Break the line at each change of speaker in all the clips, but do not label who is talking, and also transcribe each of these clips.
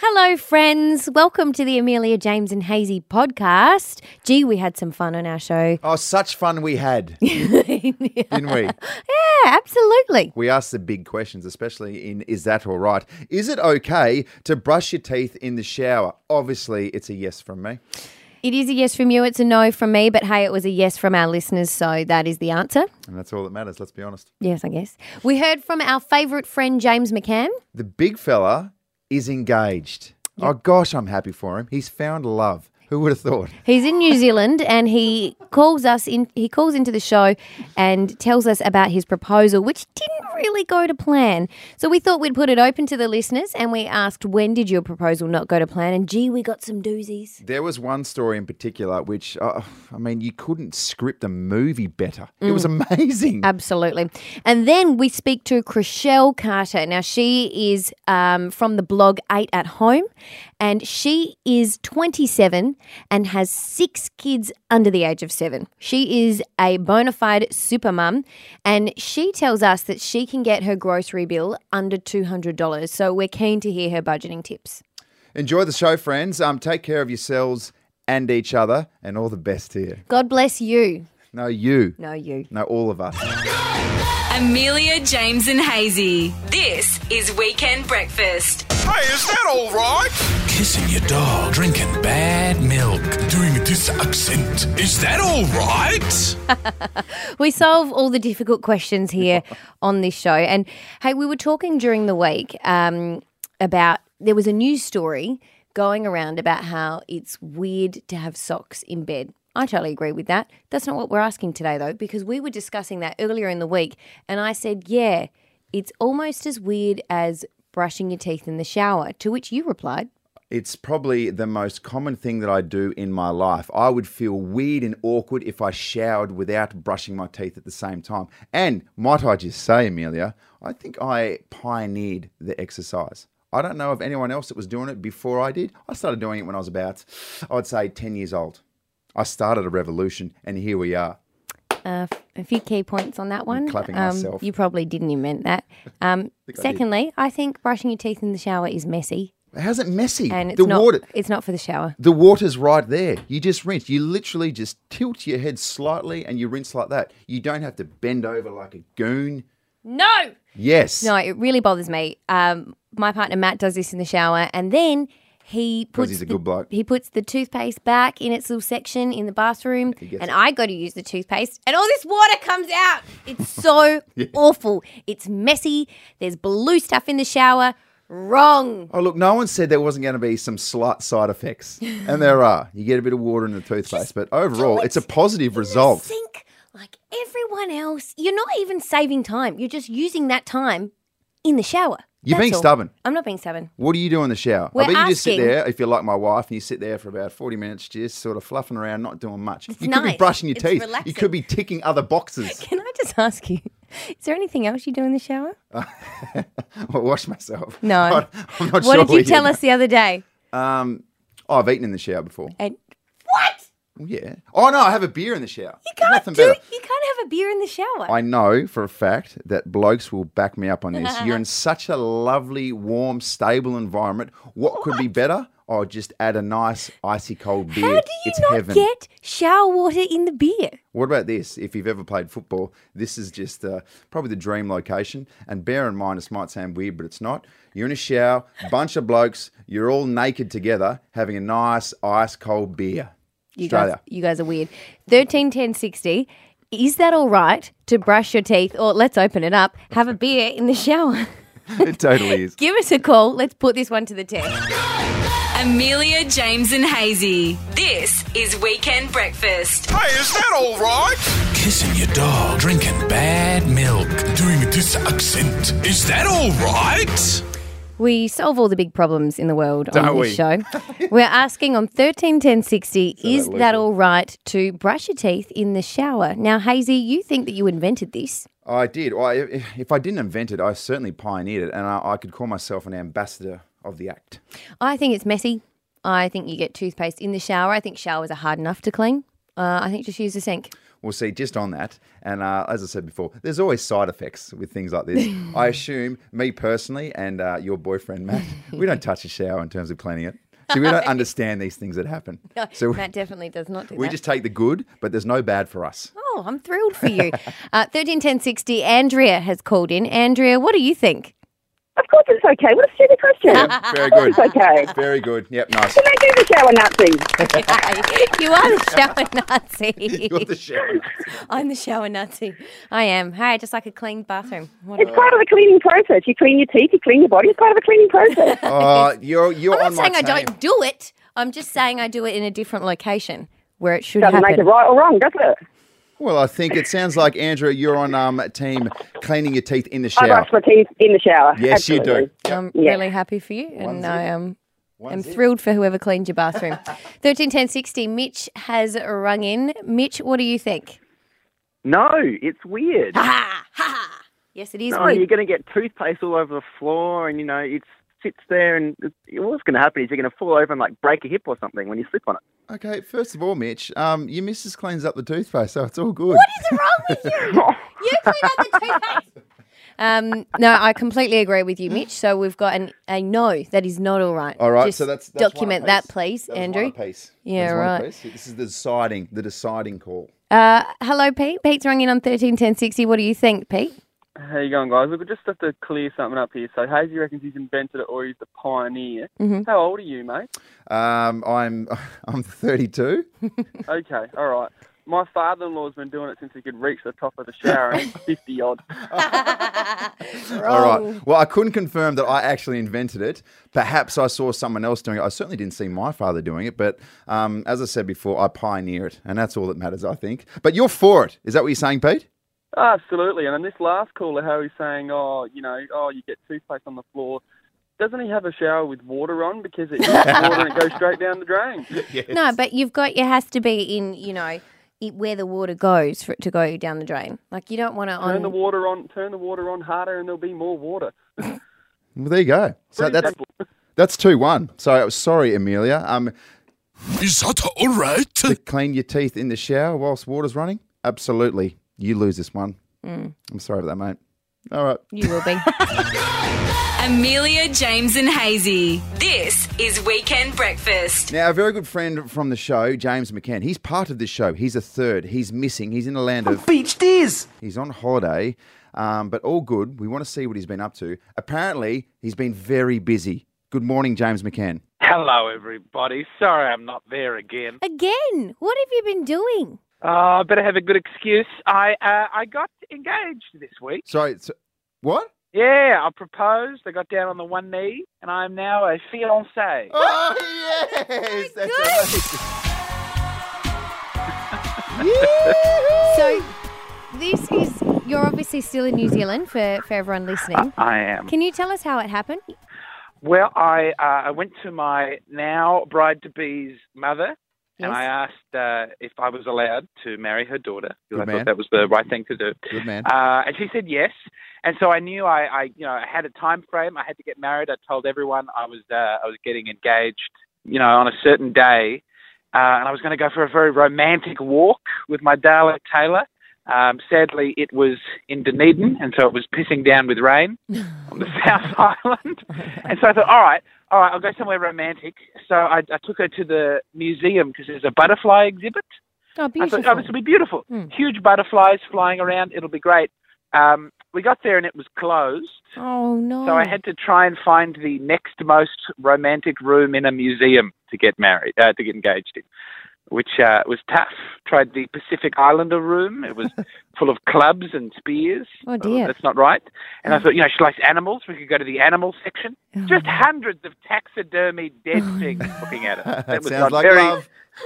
Hello, friends. Welcome to the Amelia James and Hazy podcast. Gee, we had some fun on our show.
Oh, such fun we had, didn't we?
Yeah, absolutely.
We asked the big questions, especially in Is That All Right? Is it okay to brush your teeth in the shower? Obviously, it's a yes from me.
It is a yes from you, it's a no from me, but hey, it was a yes from our listeners, so that is the answer.
And that's all that matters, let's be honest.
Yes, I guess. We heard from our favourite friend, James McCann.
The big fella is engaged. Oh, gosh, I'm happy for him. He's found love. Who would have thought?
He's in New Zealand and he calls us in he calls into the show and tells us about his proposal which didn't really go to plan. So we thought we'd put it open to the listeners and we asked when did your proposal not go to plan and gee we got some doozies.
There was one story in particular which, uh, I mean, you couldn't script a movie better. It was amazing.
Absolutely. And then we speak to Chriselle Carter. Now, she is um, from the blog Eight at Home, and she is 27 and has six kids under the age of seven. She is a bona fide super mum, and she tells us that she can get her grocery bill under $200. So we're keen to hear her budgeting tips.
Enjoy the show, friends. Um, take care of yourselves and each other, and all the best here.
God bless you.
No, you.
No, you.
No, all of us.
Amelia, James, and Hazy. This is Weekend Breakfast.
Hey, is that all right?
Kissing your dog, drinking bad milk, doing this accent. Is that all right?
We solve all the difficult questions here on this show. And hey, we were talking during the week um, about there was a news story going around about how it's weird to have socks in bed. I totally agree with that. That's not what we're asking today, though, because we were discussing that earlier in the week. And I said, yeah, it's almost as weird as brushing your teeth in the shower, to which you replied,
It's probably the most common thing that I do in my life. I would feel weird and awkward if I showered without brushing my teeth at the same time. And might I just say, Amelia, I think I pioneered the exercise. I don't know of anyone else that was doing it before I did. I started doing it when I was about, I would say, 10 years old. I started a revolution, and here we are.
uh, a few key points on that one.
clapping
um,
myself.
You probably didn't invent that. Um,
I did.
secondly, I think brushing your teeth in the shower is messy,
How's it messy?
and it's
the
not.
water,
It's not for the shower.
the water's right there. You just rinse. You literally just tilt your head slightly, and you rinse like that. You don't have to bend over like a goon.
No.
Yes.
No, it really bothers me. Um, my partner Matt does this in the shower, and then he puts
he's a
the-
good bloke.
He puts the toothpaste back in its little section in the bathroom,
gets
and
it.
I go to use the toothpaste, and all this water comes out. It's so awful. It's messy. There's blue stuff in the shower. Wrong.
Oh look, no one said there wasn't going to be some slight side effects, and there are. You get a bit of water in the toothpaste, but overall,
it
it's a positive
the
result.
sink like everyone else. You're not even saving time. You're just using that time in the shower.
You're
That's
being
all.
stubborn.
I'm not being stubborn.
What do you do in the shower?
We're
I bet you just sit
asking.
there, if you're like my wife, and you sit there for about 40 minutes, just sort of fluffing around, not doing much. you could
nice.
be brushing your
It's
teeth.
relaxing.
You could be ticking other boxes.
Can I just ask you, is there anything else you do in the shower?
I wash myself.
No.
I'm not
what
sure
did you
where
tell us the other day?
Um, oh, I've eaten in the shower before.
And what?
Well, yeah. Oh no, I have a beer in the shower.
You can't
Nothing
do.
better.
You can't have a beer in the shower.
I know for a fact that blokes will back me up on this. You're in such a lovely, warm, stable environment. What could be better? Oh, just add a nice icy cold beer.
How do you
it's
not
heaven.
get shower water in the beer?
What about this? If you've ever played football, this is just uh, probably the dream location. And bear in mind, this might sound weird, but it's not. You're in a shower, bunch of blokes, you're all naked together, having a nice ice cold beer.
You guys,
Australia.
you guys are weird. Thirteen ten sixty. Is that all right to brush your teeth, or let's open it up, have a beer in the shower?
it totally is.
Give us a call. Let's put this one to the test.
Amelia, James, and Hazy. This is Weekend Breakfast.
Hey, is that all right?
Kissing your dog, drinking bad milk, doing this accent. Is that all right?
We solve all the big problems in the world on
Don't
this show. We're asking on 131060, is
that
that
Lucy?
all right to brush your teeth in the shower? Now, Hazy, you think that you invented this.
I did. Well, I- if, if I didn't invent it, I certainly pioneered it, and I, I could call myself an ambassador of the act.
I think it's messy. I think you get toothpaste in the shower. I think showers are hard enough to clean. Uh, I think just use the sink.
We'll see just on that. And uh, as I said before, there's always side effects with things like this. I assume, me personally, and uh, your boyfriend, Matt, we don't touch a shower in terms of planning it. So we don't understand these things that happen.
No,
so we,
Matt definitely does not do
we
that.
just take the good, but there's no bad for us.
oh, I'm thrilled for you. uh, Thirteen ten sixty. Andrea has called in. Andrea, what do you think?
Of course it's okay. What a stupid question.
Yep, very good.
okay.
Very good. Yep, nice.
Can I do the shower Nazi?
you are the shower Nazi.
You're the shower.
I'm the shower Nazi. I am. Hey, just like a clean bathroom. What
Uh,
It's part of the cleaning process. You clean your teeth, you clean your body. It's part of the cleaning process.
Oh, you're you're
I'm
on
not saying
my
I
team.
don't do it. I'm just saying I do it in a different location where it should
Doesn't
happen.
make it right or wrong, does it?
Well, I think it sounds like Andrew, you're on um team cleaning your teeth in the
I
shower.
brush my teeth in the shower.
Yes, you
Absolutely.
do. Yep.
I'm
Yeah.
really happy for you, and
One's
I um,
it.
am. I'm
One's it.
thrilled for whoever cleaned your bathroom. Thirteen ten sixty. Mitch has rung in. Mitch, what do you think?
No, it's weird.
Yes, it is.
No,
weird.
you're going to get toothpaste all over the floor, and you know it sits there, and it's, what's going to happen is you're going to fall over and like break a hip or something when you slip on it.
Okay, first of all, Mitch, um, your missus cleans up the toothpaste, so it's all good.
What is wrong with you? You clean up the toothpaste. Um, no, I completely agree with you, Mitch. So we've got an, a no. That is not all right.
All right,
Just
so that's, that's one
document
apiece.
that, please,
That was
Andrew.
One apiece.
Yeah,
That was one
right.
apiece. This is the deciding, the deciding call.
Uh, hello, Pete. Pete's rung in on thirteen ten sixty. What do you think, Pete?
How you going, guys? Look, we just have to clear something up here. So Hazy reckons he's invented it or he's the pioneer. How old are you, mate?
Um, I'm I'm 32.
Okay, all right. My father-in-law's been doing it since he could reach the top of the shower, and he's fifty odd.
All right. Well, I couldn't confirm that I actually invented it. Perhaps I saw someone else doing it. I certainly didn't see my father doing it, but um, as I said before, I pioneer it, and that's all that matters, I think. But you're for it. Is that what you're saying, Pete?
Absolutely. And then this last caller, how he's saying, oh, you know, oh, you get toothpaste on the floor. Doesn't he have a shower with water on because it water and it goes straight down the drain?
No, but you've got you has to be in you know it, where the water goes for it to go down the drain. Like you don't want to
Turn
on.
Oh.
the water on. Turn the water on harder, and there'll be more water.
Well, there you go. So
Pretty
that's
simple.
that's two one. So uh, sorry, Amelia. Um,
Is that all right?
to clean your teeth in the shower whilst water's running? Absolutely. You lose this one. I'm sorry about that, mate. All right.
you will be.
Amelia, James, and Hazy. This is Weekend Breakfast.
Now, a very good friend from the show, James McCann, he's part of this show. He's a third. He's missing. He's in the land of beach deers. He's on holiday, um, but all good. We want to see what he's been up to. Apparently, he's been very busy. Good morning, James McCann.
Hello, everybody. Sorry I'm not there again.
Again, what have you been doing?
Uh, I better have a good excuse. I uh, I got engaged this week.
Sorry, so, what?
Yeah, I proposed. I got down on the one knee, and I am now a fiancé.
Oh yes, that's amazing.
So this is you're obviously still in New Zealand for for everyone listening.
I am.
Can you tell us how it happened?
Well, I uh, I went to my now bride to be's mother, and
Yes.
I asked uh, if I was allowed to marry her daughter
Good
because I
man.
thought that was the right thing to do.
Good man.
Uh, and she said yes, and so I knew I, I you know I had a time frame. I had to get married. I told everyone I was uh, I was getting engaged, you know, on a certain day, uh, and I was going to go for a very romantic walk with my darling Taylor. Um, sadly, it was in Dunedin, and so it was pissing down with rain on the South Island. And so I thought, all right, all right, I'll go somewhere romantic. So I, I took her to the museum because there's a butterfly exhibit.
Oh, beautiful. Hmm.
I thought, oh, this will be beautiful. Huge butterflies flying around. It'll be great. Um, we got there and it was closed.
Oh no.
So I had to try and find the next most romantic room in a museum to get married, uh, to get engaged in, which uh, was tough. Tried the Pacific Islander room. It was full of clubs and spears.
Oh, dear. Hmm.
that's not right. And I thought, you know, she likes animals. We could go to the animal section.
Oh.
Just hundreds of taxidermy dead things looking at her.
that
was
sounds
not
like
very-
love.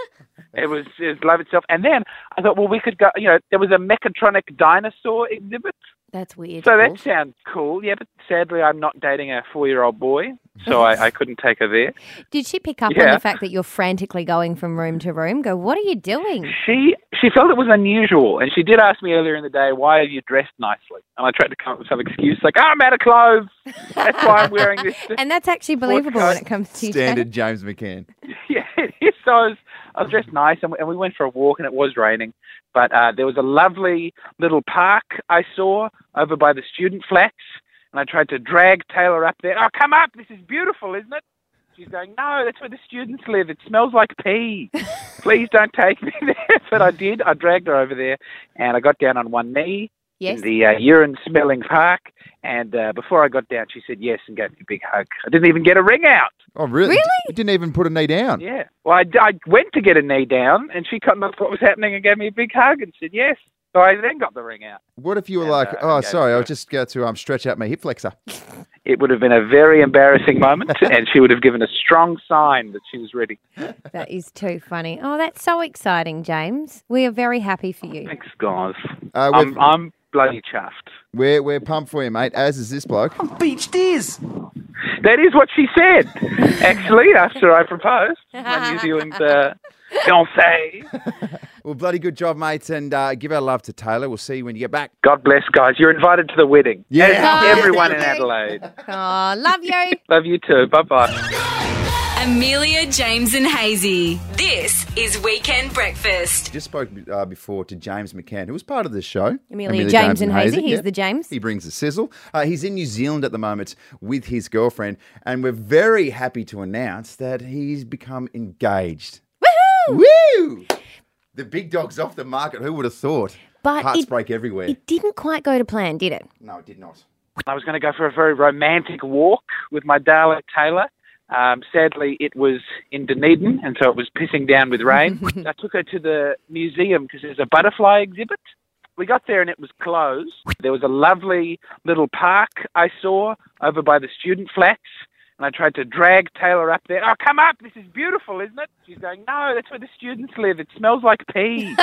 it was, it was love itself. And then I thought, well, we could go, you know, there was a mechatronic dinosaur exhibit.
That's weird.
So that sounds cool. Yeah, but sadly, I'm not dating a four year old boy, so I, I couldn't take her there.
Did she pick up on
Yeah.
the fact that you're frantically going from room to room? Go, what are you doing?
She she felt it was unusual, and she did ask me earlier in the day, why are you dressed nicely? And I tried to come up with some excuse, like, I'm out of clothes. That's why I'm wearing this.
And that's actually believable when
coat?
it comes to you. Jack.
Standard James McCann.
yeah, so I was, I was dressed nice, and we, and we went for a walk, and it was raining. But uh, there was a lovely little park I saw over by the student flats, and I tried to drag Taylor up there. Oh, come up! This is beautiful, isn't it? She's going, no, that's where the students live. It smells like pee. Please don't take me there. But I did. I dragged her over there, and I got down on one knee
Yes.
in the uh, urine-smelling park. And uh, before I got down, she said yes and gave me a big hug. I didn't even get a ring out.
Oh, really?
Really?
You didn't even put a knee down.
Yeah. Well, I, I went to get a knee down, and she caught up what was happening and gave me a big hug and said yes. So I then got the ring out.
What if you were
Yeah,
like,
no,
oh,
okay,
sorry, I'll
sure.
just go to um, stretch out my hip flexor?
It would have been a very embarrassing moment, and she would have given a strong sign that she was ready.
That is too funny. Oh, that's so exciting, James. We are very happy for you.
Thanks, guys.
Uh,
I'm,
we've-
I'm bloody chuffed.
We're, we're pumped for you, mate, as is this bloke.
That is what she said, actually, after I proposed. My New Zealand uh, fiance.
Well, bloody good job, mates, and uh, give our love to Taylor. We'll see you when you get back.
God bless, guys. You're invited to the wedding.
Yeah.
As everyone in
thank you.
Adelaide.
Oh, love you.
Love you too. Bye bye.
Amelia, James, and Hazy. This is Weekend Breakfast.
Just spoke uh, before to James McCann, who was part of this show.
Amelia James and Hazy. He's the James.
He brings the sizzle. Uh, he's in New Zealand at the moment with his girlfriend, and we're very happy to announce that he's become engaged. Woohoo! Woo! The big dog's off the market. Who would have thought?
But
Hearts
Uh, it-
break everywhere.
It didn't quite go to plan, did it?
no, it did not.
I was going to go for a very romantic walk with my darling Taylor. Um, sadly, it was in Dunedin, and so it was pissing down with rain. I took her to the museum because there's a butterfly exhibit. We got there and it was closed. There was a lovely little park I saw over by the student flats, and I tried to drag Taylor up there. Oh, come up! This is beautiful, isn't it? She's going, No, that's where the students live. It smells like pee.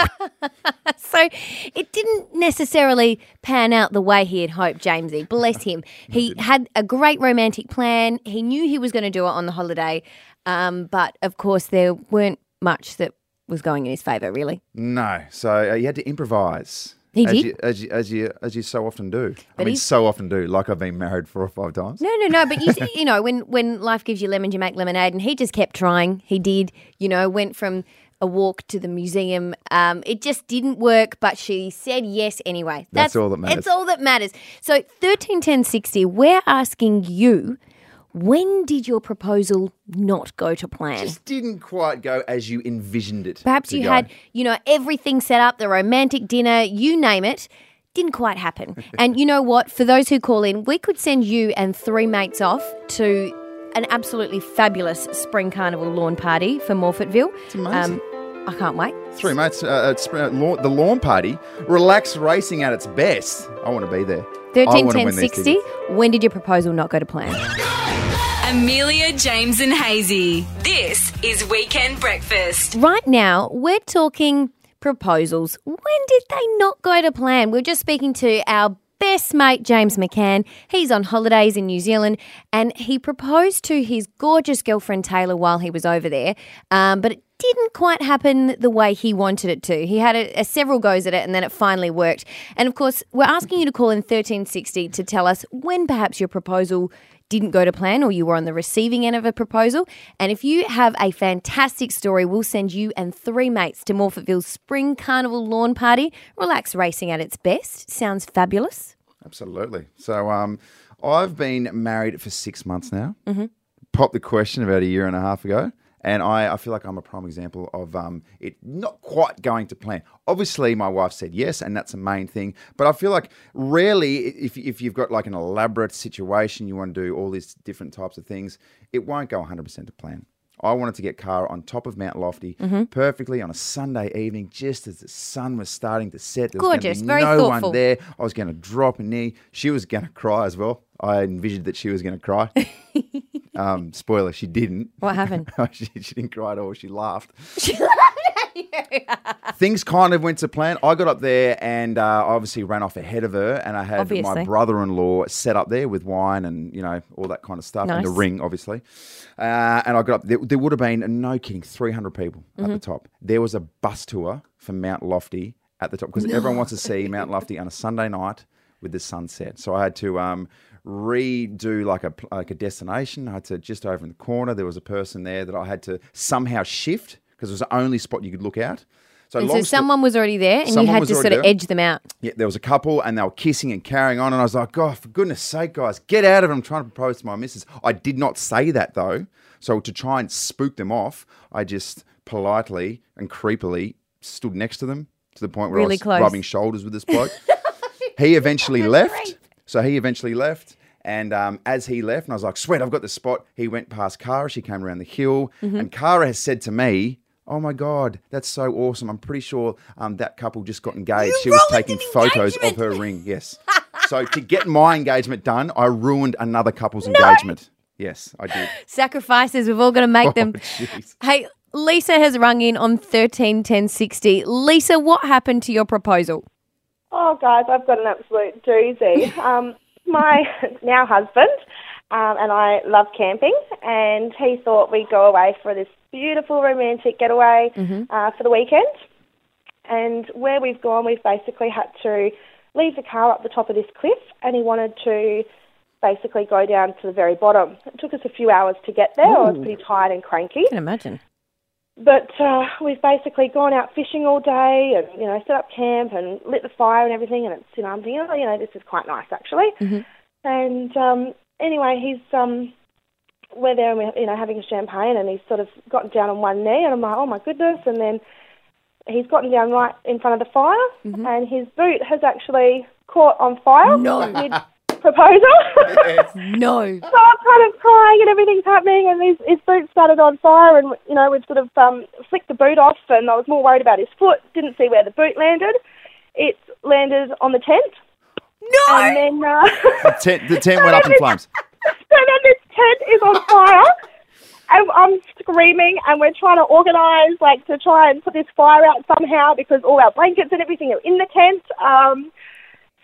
So it didn't necessarily pan out the way he had hoped, Jamesy. Bless him. He had a great romantic plan. He knew he was going to do it on the holiday. Um, but of course, there weren't much that was going in his favour, really.
No. So uh, you had to improvise.
He
as
did.
You, as, you, as, you, as you so often do. I
But
mean,
he's-
so often do, like I've been married four or five times.
No, no, no. But you see, you know, when, when life gives you lemons, you make lemonade. And he just kept trying. He did, you know, went from a walk to the museum. Um, it just didn't work, but she said yes anyway.
That's all that matters.
That's all that matters. So 131060, we're asking you, when did your proposal not go to plan?
Just didn't quite go as you envisioned it.
Perhaps
to
you
go.
had, you know, everything set up, the romantic dinner, you name it. Didn't quite happen. and you know what? For those who call in, we could send you and three mates off to an absolutely fabulous spring carnival lawn party for Morfettville. It's
amazing.
I can't wait.
Three mates uh, at Spr- lawn, the lawn party. Relax racing at its best. I want to be there. I
Thirteen
wanna
ten
win these
sixty.
tickets.
When did your proposal not go to plan?
Amelia, James, and Hazy. This is Weekend Breakfast.
right now, we're talking proposals. When did they not go to plan? We We're just speaking to our best mate, James McCann. He's on holidays in New Zealand and he proposed to his gorgeous girlfriend, Taylor, while he was over there. Um, but it didn't quite happen the way he wanted it to. He had a, a several goes at it and then it finally worked. And of course, we're asking you to call in 1360 to tell us when perhaps your proposal didn't go to plan or you were on the receiving end of a proposal. And if you have a fantastic story, we'll send you and three mates to Morfettville's Spring Carnival Lawn Party. Relax racing at its best. Sounds fabulous.
Absolutely. So um, I've been married for six months now. Mm-hmm. Popped the question about a year and a half ago. And I, I feel like I'm a prime example of um, it not quite going to plan. Obviously, my wife said yes, and that's the main thing. But I feel like rarely, i- if, if you've got like an elaborate situation, you want to do all these different types of things, it won't go 100% to plan. I wanted to get Cara on top of Mount Lofty
Mm-hmm.
perfectly on a Sunday evening, just as the sun was starting to set. There was gonna be
Gorgeous, very
no
thoughtful.
one there there. I was going to drop a knee. She was going to cry as well. I envisioned that she was going to cry. um, spoiler, she didn't.
What happened?
she, she didn't cry at all. She laughed. Things kind of went to plan. I got up there and uh, obviously ran off ahead of her, and I had
Obviously.
my brother-in-law set up there with wine and you know all that kind of stuff, and the
Nice.
ring, obviously. Uh, and I got up. There, there would have been no kidding, three hundred people at
Mm-hmm.
the top. There was a bus tour for Mount Lofty at the top because everyone wants to see Mount Lofty on a Sunday night with the sunset. So I had to um, redo like a pl- like a destination. I had to just over in the corner. There was a person there that I had to somehow shift because it was the only spot you could look out. So,
And
long
so
sto-
someone was already there, and you
Someone
had
was
to sort
already
of
there.
edge them out.
yeah, there was a couple and they were kissing and carrying on. And I was like, God, for goodness sake, guys, get out of it. I'm trying to propose to my missus. I did not say that though. So to try and spook them off, I just politely and creepily stood next to them to the point where I
Really
was
close.
rubbing shoulders with this bloke. he eventually left. So he eventually left. And um, as he left, and I was like, sweet, I've got the spot. He went past Kara. She came around the hill.
Mm-hmm.
And Kara has said to me, Oh my God, that's so awesome. I'm pretty sure um, that couple just got engaged. she was taking photos of her ring. Yes. so to get my engagement done, I ruined another couple's engagement. Yes, I did.
Sacrifices, we've all got to make them.
Oh, jeez.
Hey, Lisa has rung in on 131060. Lisa, what happened to your proposal?
Oh, guys, I've got an absolute doozy. Um, my now husband um, and I love camping, and he thought we'd go away for this beautiful romantic getaway uh, for the weekend. And where we've gone, we've basically had to leave the car up the top of this cliff, and he wanted to basically go down to the very bottom. It took us a few hours to get there. I was pretty tired and cranky.
can imagine.
But uh, we've basically gone out fishing all day and, you know, set up camp and lit the fire and everything. And it's, you know, I'm thinking, oh, you know, this is quite nice actually. And um, anyway, he's, um, we're there and we're, you know, having a champagne and he's sort of gotten down on one knee and I'm like, oh my goodness. And then he's gotten down right in front of the fire and his boot has actually caught on fire. No. Proposal.
No.
so I'm kind of crying and everything's happening, and his, his boot started on fire, and you know we'd sort of um, flicked the boot off, and I was more worried about his foot. Didn't see where the boot landed. It landed on the tent. No. And then, uh,
The tent, the tent went up in flames.
so then this tent is on fire. And I'm screaming, and we're trying to organise, like, to try and put this fire out somehow because all our blankets and everything are in the tent. Um,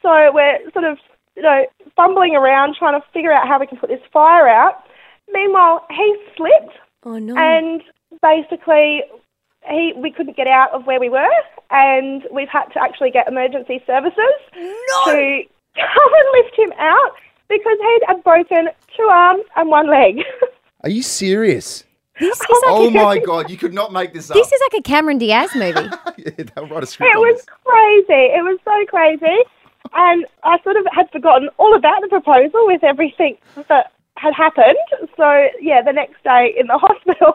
so we're sort of, you know, fumbling around trying to figure out how we can put this fire out. Meanwhile, he slipped,
Oh, no.
and basically, he we couldn't get out of where we were, and we've had to actually get emergency services to come and lift him out because he'd had broken two arms and one leg.
Are you serious?
this, is like
Oh
a,
my God, you could not make this up.
this is like a Cameron Diaz movie.
yeah, they'll write a script
it
on
was
this.
crazy. It was so crazy, and I sort of had forgotten all about the proposal with everything that had happened. So yeah, the next day in the hospital,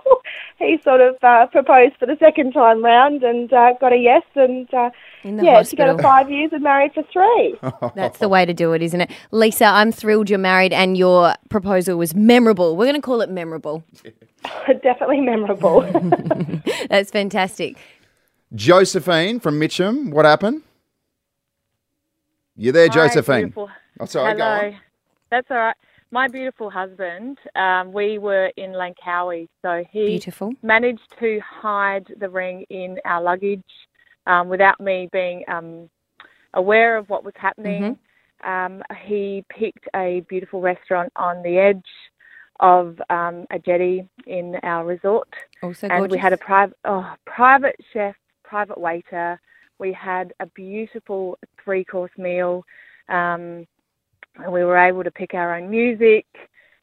he sort of uh, proposed for the second time round and uh, got a yes, and uh,
In the
yeah,
hospital.
together five years and married for three.
That's the way to do it, isn't it? Lisa, I'm thrilled you're married and your proposal was memorable. We're going to call it memorable.
Definitely memorable.
That's fantastic.
Josephine from Mitcham, what happened? You there, Josephine?
beautiful.
Oh, sorry, go
Hello.
on.
That's all right. My beautiful husband, um, we were in Langkawi, so he
Beautiful.
managed to hide the ring in our luggage um, without me being um, aware of what was happening. Um, he picked a beautiful restaurant on the edge of um, a jetty in our resort,
Also gorgeous.
and we had a private oh, private chef, private waiter. We had a beautiful three course meal, um, and we were able to pick our own music.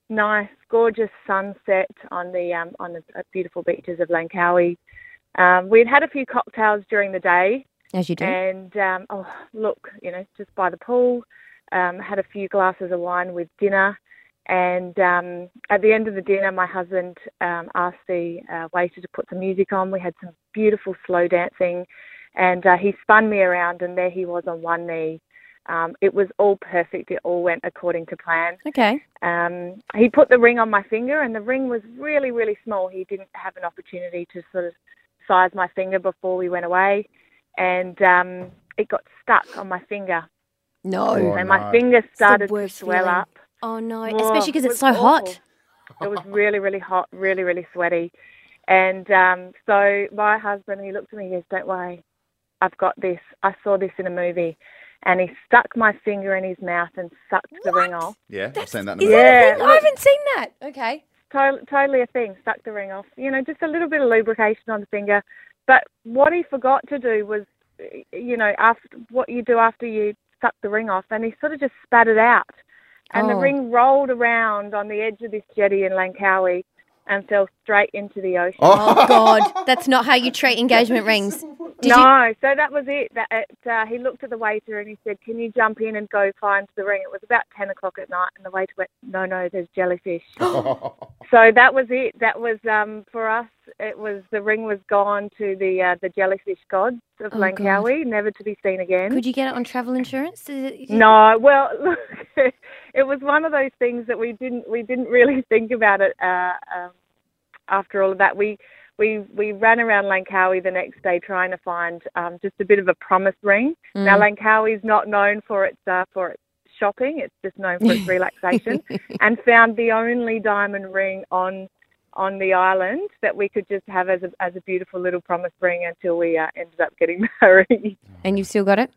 Nice, gorgeous sunset on the um, on the beautiful beaches of Langkawi. Um, we'd had a few cocktails during the day,
As you do.
and um, oh, look, you know, just by the pool, um, had a few glasses of wine with dinner, and um, at the end of the dinner, my husband um, asked the uh, waiter to put some music on. We had some beautiful slow dancing, and uh, he spun me around, and there he was on one knee. Um, it was all perfect. It all went according to plan.
okay.
Um, he put the ring on my finger, and the ring was really, really small. He didn't have an opportunity to sort of size my finger before we went away, and um, it got stuck on my finger.
No.
Oh,
and
no.
my finger started to
worst
swell
feeling.
up.
Oh, no.
Oh,
Especially because
it
it's so
was
hot.
awful. It was really, really hot, really, really sweaty. And um, so my husband, he looked at me, he goes, Don't worry, I've got this. I saw this in a movie. And he stuck my finger in his mouth and sucked the ring off.
Yeah, I've seen that in a
Is
minute.
that a
Yeah,
thing? I haven't seen that. Okay.
to- totally a thing. Stuck the ring off. You know, just a little bit of lubrication on the finger. But what he forgot to do was, y- you know, after what you do after you suck the ring off, and he sort of just spat it out, and the
Oh.
ring rolled around on the edge of this jetty in Langkawi. and fell straight into the ocean.
Oh, God, that's not how you treat engagement rings. Did you-
no, so that was it. That it, uh, he looked at the waiter and he said, "Can you jump in and go find the ring?" It was about ten o'clock at night, and the waiter went, "No, no, there's jellyfish." so that was it. That was um, for us. It was the ring was gone to the uh, the jellyfish gods of
Oh, God.
Langkawi, never to be seen again.
Could you get it on travel insurance? Is it-
No, well, look, it was one of those things that we didn't we didn't really think about it. Uh, um, after all of that, we we we ran around Langkawi the next day trying to find um, just a bit of a promise ring.
Mm.
Now Langkawi is not known for its uh, for its shopping; it's just known for its relaxation. and found the only diamond ring on on the island that we could just have as a as a beautiful little promise ring until we uh, ended up getting married.
And you've still got it?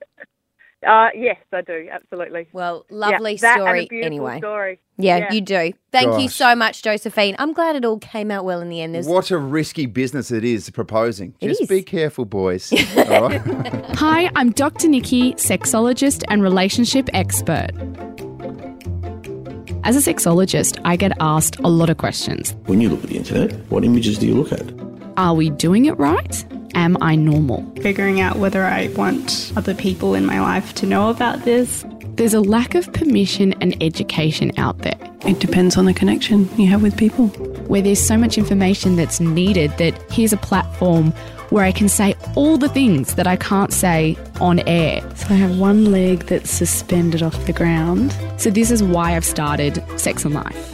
Uh, yes, I do. Absolutely.
Well,
yeah,
Lovely
that
story,
And a beautiful
anyway.
Story.
Yeah, you do. Thank you
Gosh.
so much, Josephine. I'm glad it all came out well in the end. There's
What a risky business it is proposing.
It
Just
is.
be careful, boys. All right?
Hi, I'm Dr. Nikki, sexologist and relationship expert. As a sexologist, I get asked a lot of questions.
When you look at the internet, what images do you look at?
Are we doing it right? Am I normal?
figuring out whether I want other people in my life to know about this.
There's a lack of permission and education out there.
It depends on the connection you have with people.
where there's so much information that's needed that here's a platform where I can say all the things that I can't say on air.
So I have one leg that's suspended off the ground.
So this is why I've started Sex and Life.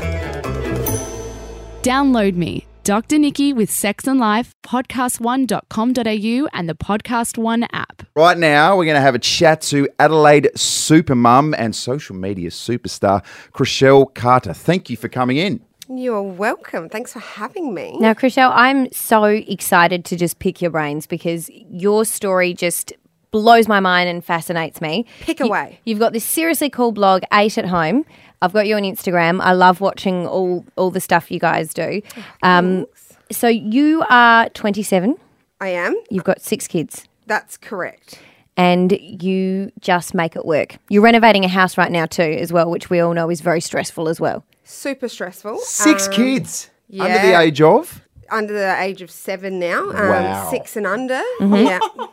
Download me, Dr. Nikki with Sex and Life, podcast1.com.au and the Podcast One app.
Right now, we're going to have a chat to Adelaide supermum and social media superstar, Chriselle Carter. Thank you for coming in.
You are welcome. Thanks for having me.
Now, Chriselle, I'm so excited to just pick your brains because your story just blows my mind and fascinates me. Pick away. You, have got this seriously cool blog, Eight at Home. I've got you on Instagram. I love watching all all the stuff you guys do. Um, so you are 27.
I am.
You've got six kids,
That's correct.
and you just make it work. You're renovating a house right now too, as well, which we all know is very stressful as well.
Super stressful.
Six
Um,
kids
yeah.
under the age of?
under the age of seven now. Um,
Wow.
Six and under.
Mhm.
Yeah.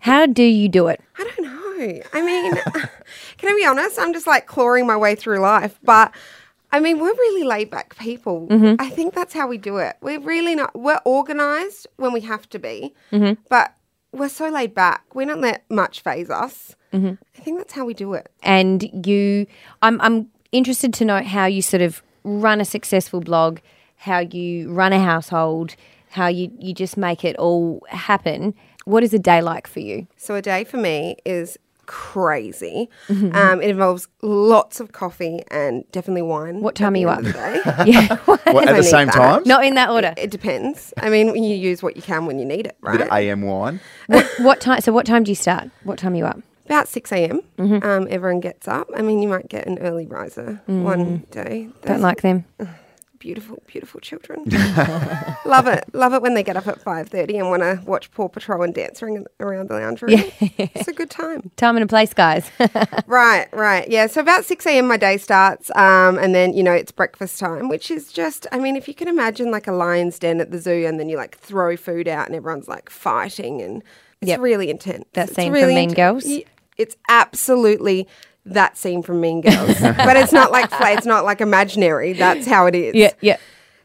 How do you do it?
No, I mean, can I be honest? I'm just like clawing my way through life, but. I mean, we're really laid back people.
Mhm.
I think that's how we do it. We're really not, we're organized when we have to be,
Mm-hmm.
but we're so laid back. We don't let much phase us.
Mm-hmm.
I think that's how we do it.
and you I'm I'm interested to know how you sort of run a successful blog, how you run a household, how you you just make it all happen. What is a day like for you?
So a day for me is crazy.
Mm-hmm.
Um, it involves lots of coffee and definitely wine. What
time are you up?
yeah.
What, at the same time?
Not in that order.
It, it depends. I mean, you use what you can when you need it,
Bit
right?
of AM wine.
What, what time? So what time do you start? What time are you up?
About 6 a.m.
Mm-hmm.
Um, everyone gets up. I mean, you might get an early riser one
Mm.
day.
Don't like them.
Beautiful, beautiful children. love it, love it when they get up at five thirty and want to watch Paw Patrol and dance ring around the lounge room. It's a good time.
Time and a place, guys.
right, right. Yeah. So about 6 a.m., my day starts. Um, and then, you know, it's breakfast time, which is just, I mean, if you can imagine like a lion's den at the zoo and then you like throw food out and everyone's like fighting and it's
Yep.
really intense.
That
It's
scene from
really
Mean
inten-
Girls?
Y- It's absolutely that scene from Mean Girls. but it's not like, fla- it's not like imaginary. That's how it is.
Yeah, yeah.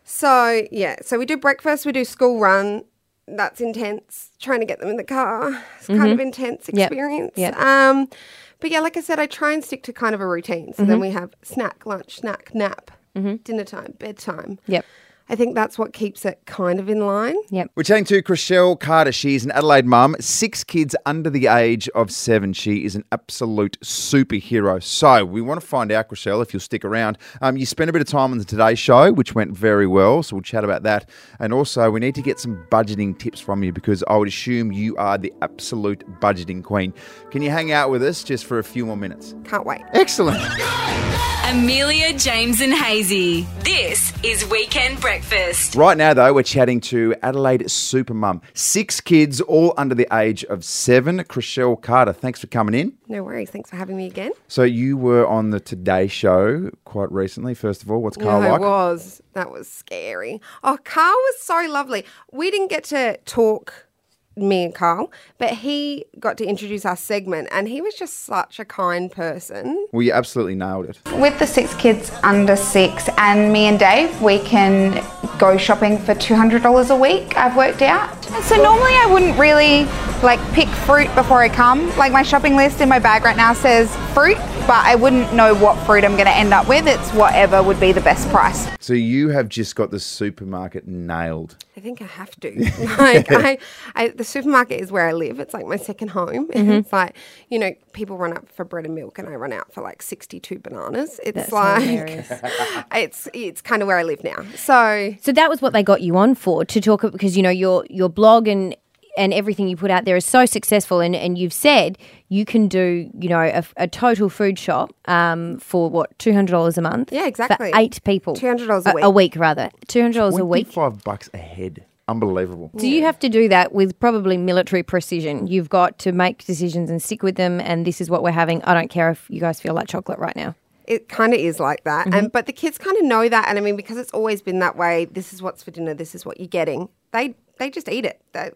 So yeah, so we do breakfast, we do school run. That's intense. Trying to get them in the car, it's kind of
Mhm.
intense
Yep.
experience.
Yep.
Um, but yeah, like I said, I try and stick to kind of a routine. So
Mm-hmm.
then
Mhm.
we have snack, lunch, snack, nap, dinner time, bedtime.
Mm-hmm. Yep.
I think that's what keeps it kind of in line.
Yep.
We're chatting to Chriselle Carter. She's an Adelaide mum, six kids under the age of seven. She is an absolute superhero. So we want to find out, Chriselle, if you'll stick around. Um, you spent a bit of time on the Today Show, which went very well. So we'll chat about that. And also, we need to get some budgeting tips from you because I would assume you are the absolute budgeting queen. Can you hang out with us just for a few more minutes?
Can't wait.
Excellent.
Amelia, James, and Hazy. This is Weekend Breakfast. Breakfast.
Right now, though, we're chatting to Adelaide Supermum. Six kids, all under the age of seven. Chriselle Carter, thanks for coming in.
No worries. Thanks for having me again.
So you were on the Today Show quite recently. First of all, what's Carl
no,
like?
it was. That was scary. Oh, Carl was so lovely. We didn't get to talk, me and Carl, but he got to introduce our segment, and he was just such a kind person.
Well, you absolutely nailed it.
With the six kids under six, and me and Dave, we can go shopping for $200 a week, I've worked out. So normally I wouldn't really like pick fruit before I come. Like my shopping list in my bag right now says fruit, but I wouldn't know what fruit I'm going to end up with. It's whatever would be the best price.
So you have just got the supermarket nailed.
I think I have to. like I, I, the supermarket is where I live. It's like my second home. And
Mhm.
It's like you know, people run up for bread and milk, and I run out for like sixty-two bananas. It's
That's
like
hilarious.
it's it's kind of where I live now. So,
so that was what they got you on for to talk because you know your your blog and and everything you put out there is so successful, and and you've said you can do you know a, a total food shop um for what two hundred dollars a month.
Yeah, exactly.
For eight people,
$200 a
a
week.
week rather, two hundred dollars a week.
Five bucks a head. Unbelievable.
So you have to do that with probably military precision. You've got to make decisions and stick with them. And this is what we're having. I don't care if you guys feel like chocolate right now.
It kind of is like that. And but the kids kind of know that and I mean because it's always been that way, this is what's for dinner, this is what you're getting. They they just eat it. They,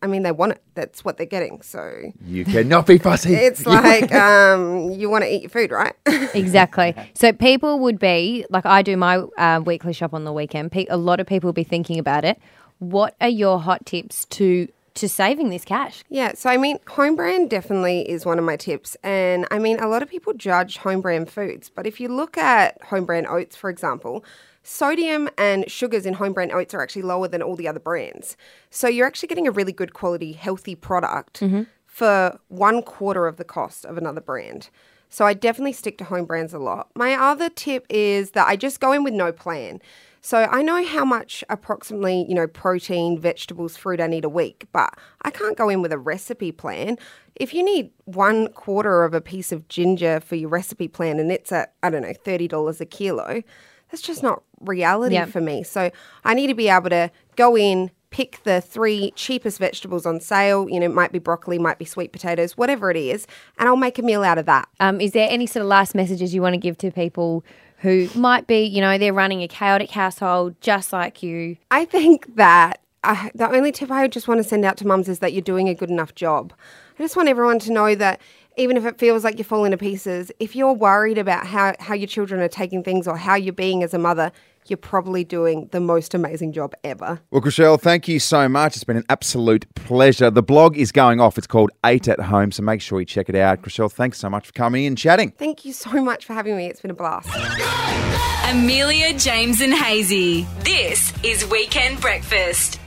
I mean they want it. That's what they're getting. So
You cannot be fussy.
it's like um, you want to eat your food, right?
exactly. So people would be like, I do my uh, weekly shop on the weekend. Pe- a lot of people would be thinking about it. What are your hot tips to to saving this cash?
Yeah, so I mean, home brand definitely is one of my tips. And I mean, a lot of people judge home brand foods, but if you look at home brand oats, for example, sodium and sugars in home brand oats are actually lower than all the other brands. So you're actually getting a really good quality, healthy product
Mhm.
for one quarter of the cost of another brand. So I definitely stick to home brands a lot. My other tip is that I just go in with no plan. So I know how much approximately, you know, protein, vegetables, fruit I need a week, but I can't go in with a recipe plan. If you need one quarter of a piece of ginger for your recipe plan and it's at, I don't know, $30 a kilo, that's just not reality
Yeah.
for me. So I need to be able to go in, pick the three cheapest vegetables on sale. You know, it might be broccoli, might be sweet potatoes, whatever it is, and I'll make a meal out of that.
Um, is there any sort of last messages you want to give to people who might be, you know, they're running a chaotic household just like you?
I think that I, the only tip I would just want to send out to mums is that you're doing a good enough job. I just want everyone to know that even if it feels like you're falling to pieces, if you're worried about how, how your children are taking things or how you're being as a mother, you're probably doing the most amazing job ever.
Well, Chriselle, thank you so much. It's been an absolute pleasure. The blog is going off. It's called Eight at Home, so make sure you check it out. Chriselle, thanks so much for coming and chatting.
Thank you so much for having me. It's been a blast.
Amelia, James, and Hazy. This is Weekend Breakfast.